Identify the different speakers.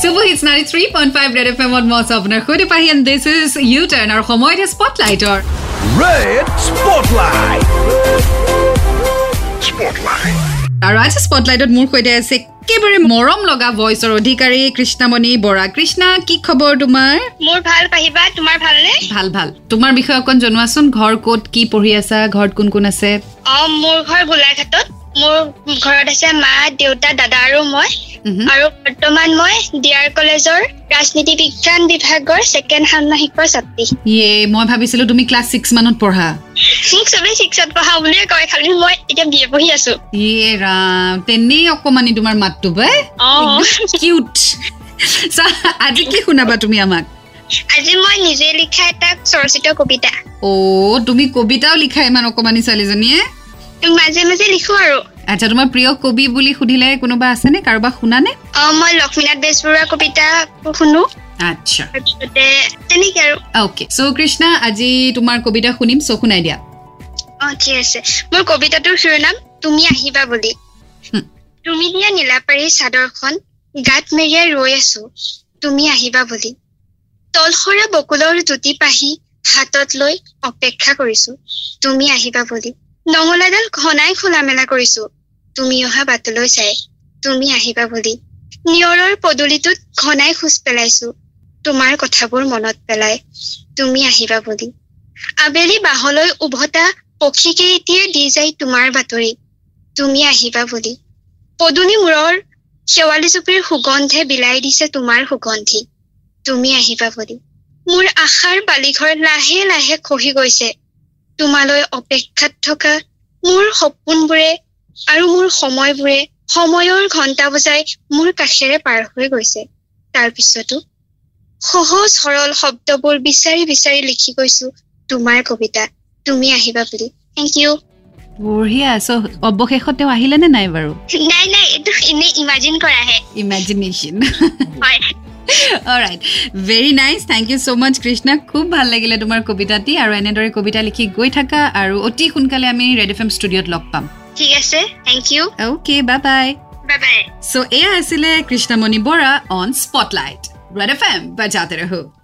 Speaker 1: Super Hits 93.5 Red FM ত মই আছোঁ আপোনাৰ সৈতে পাহি and e this is U-turn আৰু সময় এতিয়া স্পটলাইটৰ
Speaker 2: Red Spotlight. Spotlight.
Speaker 1: আৰু আজি স্পটলাইটত মোৰ সৈতে আছে একেবাৰে মৰম লগা ভইচৰ অধিকাৰী কৃষ্ণামণি বৰা কৃষ্ণা কি খবৰ তোমাৰ
Speaker 3: মোৰ ভাল পাহিবা তোমাৰ ভালনে
Speaker 1: ভাল ভাল তোমাৰ বিষয়ে অকণ জনোৱাচোন ঘৰ ক'ত কি পঢ়ি আছা ঘৰত কোন কোন আছে
Speaker 3: অ মোৰ ঘৰ গোলাঘাটত মোৰ ঘৰত আছে মা দেউতা দাদা আৰু মই
Speaker 1: উহু।
Speaker 3: আৰু বৰ্তমান মই ডি আৰ কলেজৰ ৰাজনীতি বিজ্ঞান বিভাগৰ ছেকেণ্ড ষান্মাসিকৰ ছাত্ৰী
Speaker 1: ইয়ে মই ভাবিছিলো তুমি ক্লাছ ছিক্স মানত পঢ়া
Speaker 3: মোক চবেই ছিক্সত পঢ়া বুলিয়ে কয় খালি মই এতিয়া বিয়ে পঢ়ি আছো
Speaker 1: ইয়ে ৰাম তেনেই অকমানি তোমাৰ মাতটো বে
Speaker 3: অ
Speaker 1: কিউট চা আজি কি শুনাবা তুমি আমাক
Speaker 3: আজি মই নিজে লিখা এটা চৰ্চিত কবিতা
Speaker 1: অ' তুমি কবিতাও লিখা ইমান অকমানি ছোৱালীজনীয়ে
Speaker 3: মাজে মাজে লিখো আৰু
Speaker 1: আচ্ছা তোমাৰ প্ৰিয় কবি বুলি সুধিলে কোনোবা আছেনে কাৰোবাক শুনানে
Speaker 3: অ মই লক্ষ্মীনাথ বেজবৰুৱাৰ কবিতা শুনো
Speaker 1: আচ্ছা
Speaker 3: তাৰপিছতে তেনেকে আৰু
Speaker 1: অ'কে চ' কৃষ্ণা আজি তোমাৰ কবিতা শুনিম চ' শুনাই দিয়া
Speaker 3: অ ঠিক আছে মোৰ কবিতাটোৰ শিৰোনাম তুমি আহিবা বুলি
Speaker 1: হুম।
Speaker 3: তুমি দিয়া নীলাপাৰী চাদৰখন গাত মেৰিয়াই ৰৈ আছো তুমি আহিবা বুলি তলসৰা বকুলৰ জুতি পাহি হাতত লৈ অপেক্ষা কৰিছো তুমি আহিবা বুলি নঙলাডাল ঘনাই খোলা মেলা কৰিছো তুমি অহা বাটলৈ চাই তুমি আহিবা বুলি নিয়ৰৰ পদূলিটোত ঘনাই খোজ পেলাইছো তোমাৰ কথাবোৰ মনত পেলাই তুমি আহিবা বুলি আবেলি বাহলৈ উভতা পক্ষীকেইটিয়ে দি যায় তোমাৰ বাতৰি তুমি আহিবা বুলি পদুলি মূৰৰ শেৱালি জুপিৰ সুগন্ধে বিলাই দিছে তোমাৰ সুগন্ধি তুমি আহিবা বুলি মোৰ আশাৰ বালিঘৰ লাহে লাহে খহি গৈছে তোমালৈ অপেক্ষাত থকা মোৰ সপোনবোৰে আৰু মোৰ সময়বোৰে সময়ৰ ঘণ্টা বজাই মোৰ কাষেৰে পাৰ হৈ গৈছে তাৰ পিছতো সহজ সৰল শব্দবোৰ বিচাৰি বিচাৰি লিখি গৈছো তোমাৰ কবিতা তুমি আহিবা বুলি থেংক ইউ
Speaker 1: বঢ়িয়া চ' অৱশেষত তেওঁ আহিলে নে নাই বাৰু
Speaker 3: নাই নাই এইটো এনেই ইমাজিন কৰাহে
Speaker 1: ইমেজিনেশ্যন
Speaker 3: হয়
Speaker 1: right very nice thank you so' much Krishna খুব ভাল লাগিলে তোমাৰ কবিতাটি আৰু এনেদৰে কবিতা লিখি গৈ থাকা আৰু অতি সোনকালে আমি ৰেড এফ এম ষ্টুডিঅ'ত লগ পাম
Speaker 3: ঠিক আছে থেংক ইউ
Speaker 1: অ'কে বা বাই
Speaker 3: বাই বাই
Speaker 1: চ' এয়া আছিলে Krishnamoni Bora on spotlight Red FM এম বাজাতে ৰহো